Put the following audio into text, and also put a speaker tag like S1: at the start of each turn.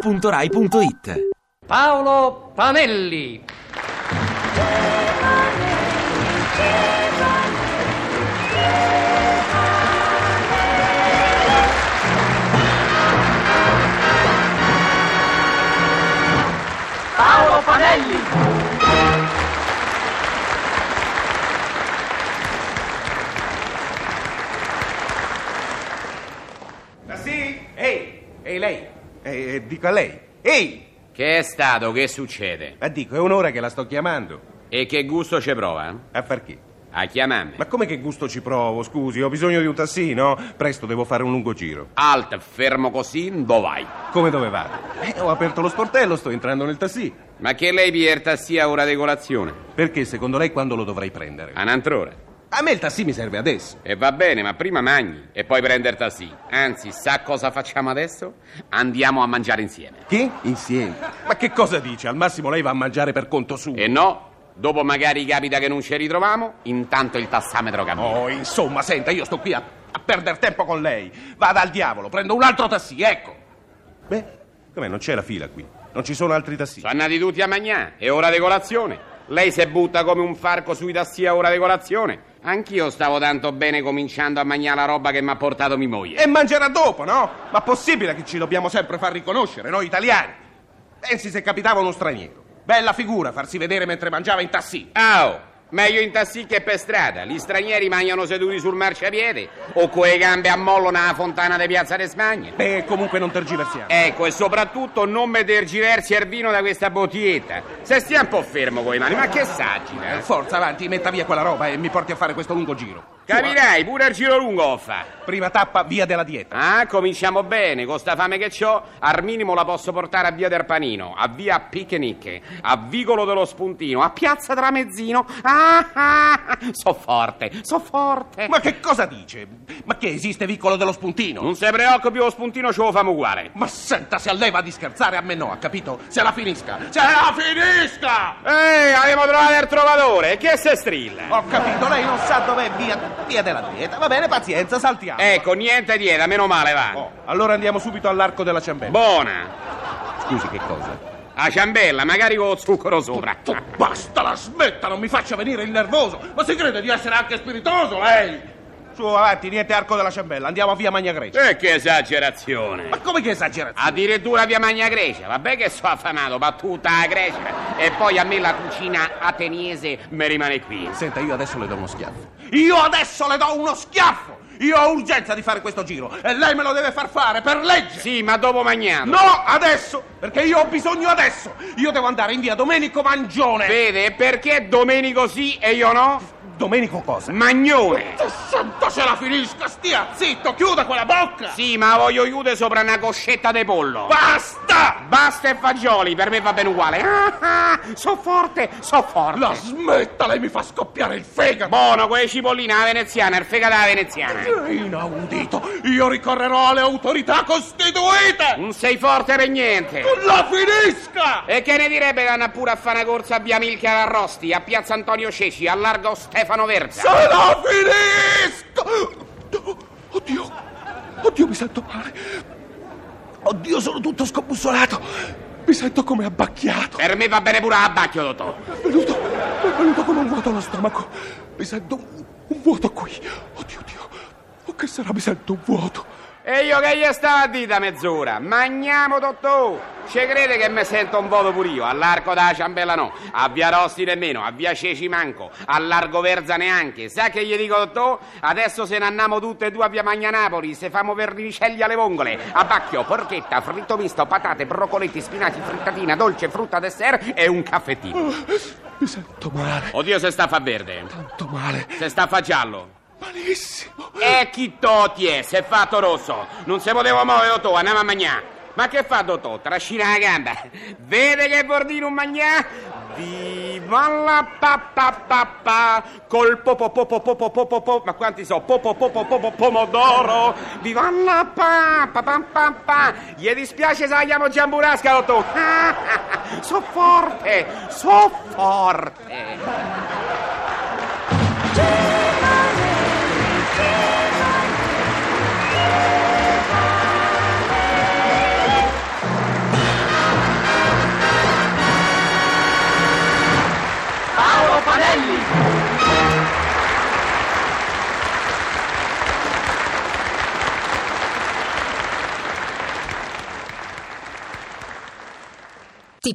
S1: radio2pod.rai.it
S2: Paolo Panelli. Paolo Panelli.
S3: Ah sì? Ehi, ehi lei. Eh, eh, dico a lei. Ehi!
S4: Che è stato? Che succede?
S3: Ma dico, è un'ora che la sto chiamando.
S4: E che gusto ci prova? eh?
S3: A far che?
S4: A chiamarmi.
S3: Ma come che gusto ci provo, scusi? Ho bisogno di un tassino? Presto devo fare un lungo giro.
S4: Alt, fermo così, dove vai?
S3: Come dove vado? Eh, ho aperto lo sportello, sto entrando nel tassì.
S4: Ma che lei pierta sia ora di colazione?
S3: Perché secondo lei quando lo dovrei prendere?
S4: A un'altr'ora.
S3: A me il tassì mi serve adesso.
S4: E va bene, ma prima mangi e poi prender tassì. Anzi, sa cosa facciamo adesso? Andiamo a mangiare insieme.
S3: Che? Insieme. Ma che cosa dice? Al massimo lei va a mangiare per conto suo.
S4: E no, dopo magari capita che non ci ritroviamo, intanto il tassametro cammina.
S3: Oh, insomma, senta, io sto qui a, a perdere tempo con lei. Vada al diavolo, prendo un altro tassì, ecco. Beh, com'è? Non c'è la fila qui. Non ci sono altri tassì.
S4: Sono andati tutti a mangiare, è ora di colazione. Lei si butta come un farco sui tassi a ora di colazione. Anch'io stavo tanto bene cominciando a mangiare la roba che mi ha portato mia moglie.
S3: E mangerà dopo, no? Ma possibile che ci dobbiamo sempre far riconoscere, noi italiani? Pensi se capitava uno straniero. Bella figura farsi vedere mentre mangiava in tassì.
S4: Ah, oh, meglio in tassi che per strada. Gli stranieri mangiano seduti sul marciapiede o coi gambe a mollo nella fontana di Piazza de Spagna.
S3: Beh, comunque non tergiversiamo.
S4: Ecco, e soprattutto non me tergiversi il vino da questa bottiglietta. Se stia un po' fermo coi mani, ma che saggina? eh?
S3: Forza, avanti, metta via quella roba e mi porti a fare questo lungo giro.
S4: Capirai, pure il giro lungo fa.
S3: Prima tappa, via della dieta.
S4: Ah, cominciamo bene, con sta fame che ho, al minimo la posso portare a via del Panino, a via Picnic, a Vicolo dello Spuntino, a Piazza Tramezzino. Ah, ah, ah, so forte, so forte.
S3: Ma che cosa dice? Ma che esiste vicolo dello spuntino?
S4: Non si preoccupi, lo spuntino ce lo famo uguale.
S3: Ma senta, se a lei va di scherzare, a me no, ha capito? Se la finisca! Se la finisca!
S4: Ehi, abbiamo trovato il trovatore, che se strilla?
S3: Ho capito, lei non sa dov'è via, via della dieta. Va bene, pazienza, saltiamo.
S4: Ecco, niente dieta, meno male va.
S3: Oh, allora andiamo subito all'arco della ciambella.
S4: Buona.
S3: Scusi, che cosa?
S4: A ciambella, magari con lo zucchero sopra.
S3: Tu Boh, basta, la smetta, non mi faccia venire il nervoso. Ma si crede di essere anche spiritoso, lei? Su, avanti, niente arco della ciambella, andiamo a via Magna Grecia.
S4: E Eh, che esagerazione.
S3: Ma Eh, come che esagerazione?
S4: Addirittura via Magna Grecia, vabbè che sono affamato, ma tutta la Grecia. E poi a me la cucina ateniese mi rimane qui.
S3: Senta, io adesso le do uno schiaffo. Io adesso le do uno schiaffo! Io ho urgenza di fare questo giro e lei me lo deve far fare per legge!
S4: Sì, ma dopo mangiato.
S3: No, adesso! Perché io ho bisogno adesso! Io devo andare in via Domenico Mangione!
S4: Vede, e perché Domenico sì e io no?
S3: Domenico cosa?
S4: Magnone.
S3: Tu santo se la finisca, stia zitto, chiuda quella bocca!
S4: Sì, ma voglio chiudere sopra una coscetta di pollo.
S3: Basta!
S4: Basta e fagioli, per me va bene uguale. Ah, ah, so forte, so forte.
S3: La smetta, lei mi fa scoppiare il fegato!
S4: Buono, con le cipolline alla veneziana, il fegato alla veneziana.
S3: Inaudito! Io ricorrerò alle autorità costituite!
S4: Non sei forte per niente.
S3: Non la finisca!
S4: E che ne direbbe che andare pure a fare una corsa a via Milchia Arrosti, a piazza Antonio Ceci, a largo Stefano Verza?
S3: Se la finisca! Oh, Oddio! Oddio, mi sento male! Oddio, sono tutto scombussolato! Mi sento come abbacchiato!
S4: Per me va bene pure a bacchio, dottore.
S3: È venuto, è venuto con un vuoto allo stomaco! Mi sento un, un vuoto qui! Oddio, oddio! Oh, che sarà? Mi sento un vuoto!
S4: E io che gli stavo a dita mezz'ora? Magniamo, dottore! Ci crede che mi sento un voto pure io? All'arco da ciambella no, a via Rosti nemmeno, a via Ceci manco, a Largo Verza neanche. Sa che gli dico, dottore? Adesso se ne andiamo tutte e due a via Magna Napoli, se famo vermicelli alle vongole, a bacchio, porchetta, fritto misto, patate, broccoletti, spinaci, frittatina, dolce, frutta, dessert e un caffettino.
S3: Mi sento male,
S4: Oddio se sta a fa verde,
S3: tanto male!
S4: se sta a fa giallo.
S3: Malissimo!
S4: E chi toti è? Si è fatto rosso. Non si poteva muovere, dottore, andiamo a mangiare. Ma che fa, dottore? Trascina la gamba. Vede che bordino un magnà? Viva la pa pa pa pa col popo popo popo popo popo ma quanti so popo popo popo pomodoro viva la pa pa pa pa pa gli dispiace se la chiamo giamburasca dottore Ah, ah, ah. so forte so forte
S1: Ti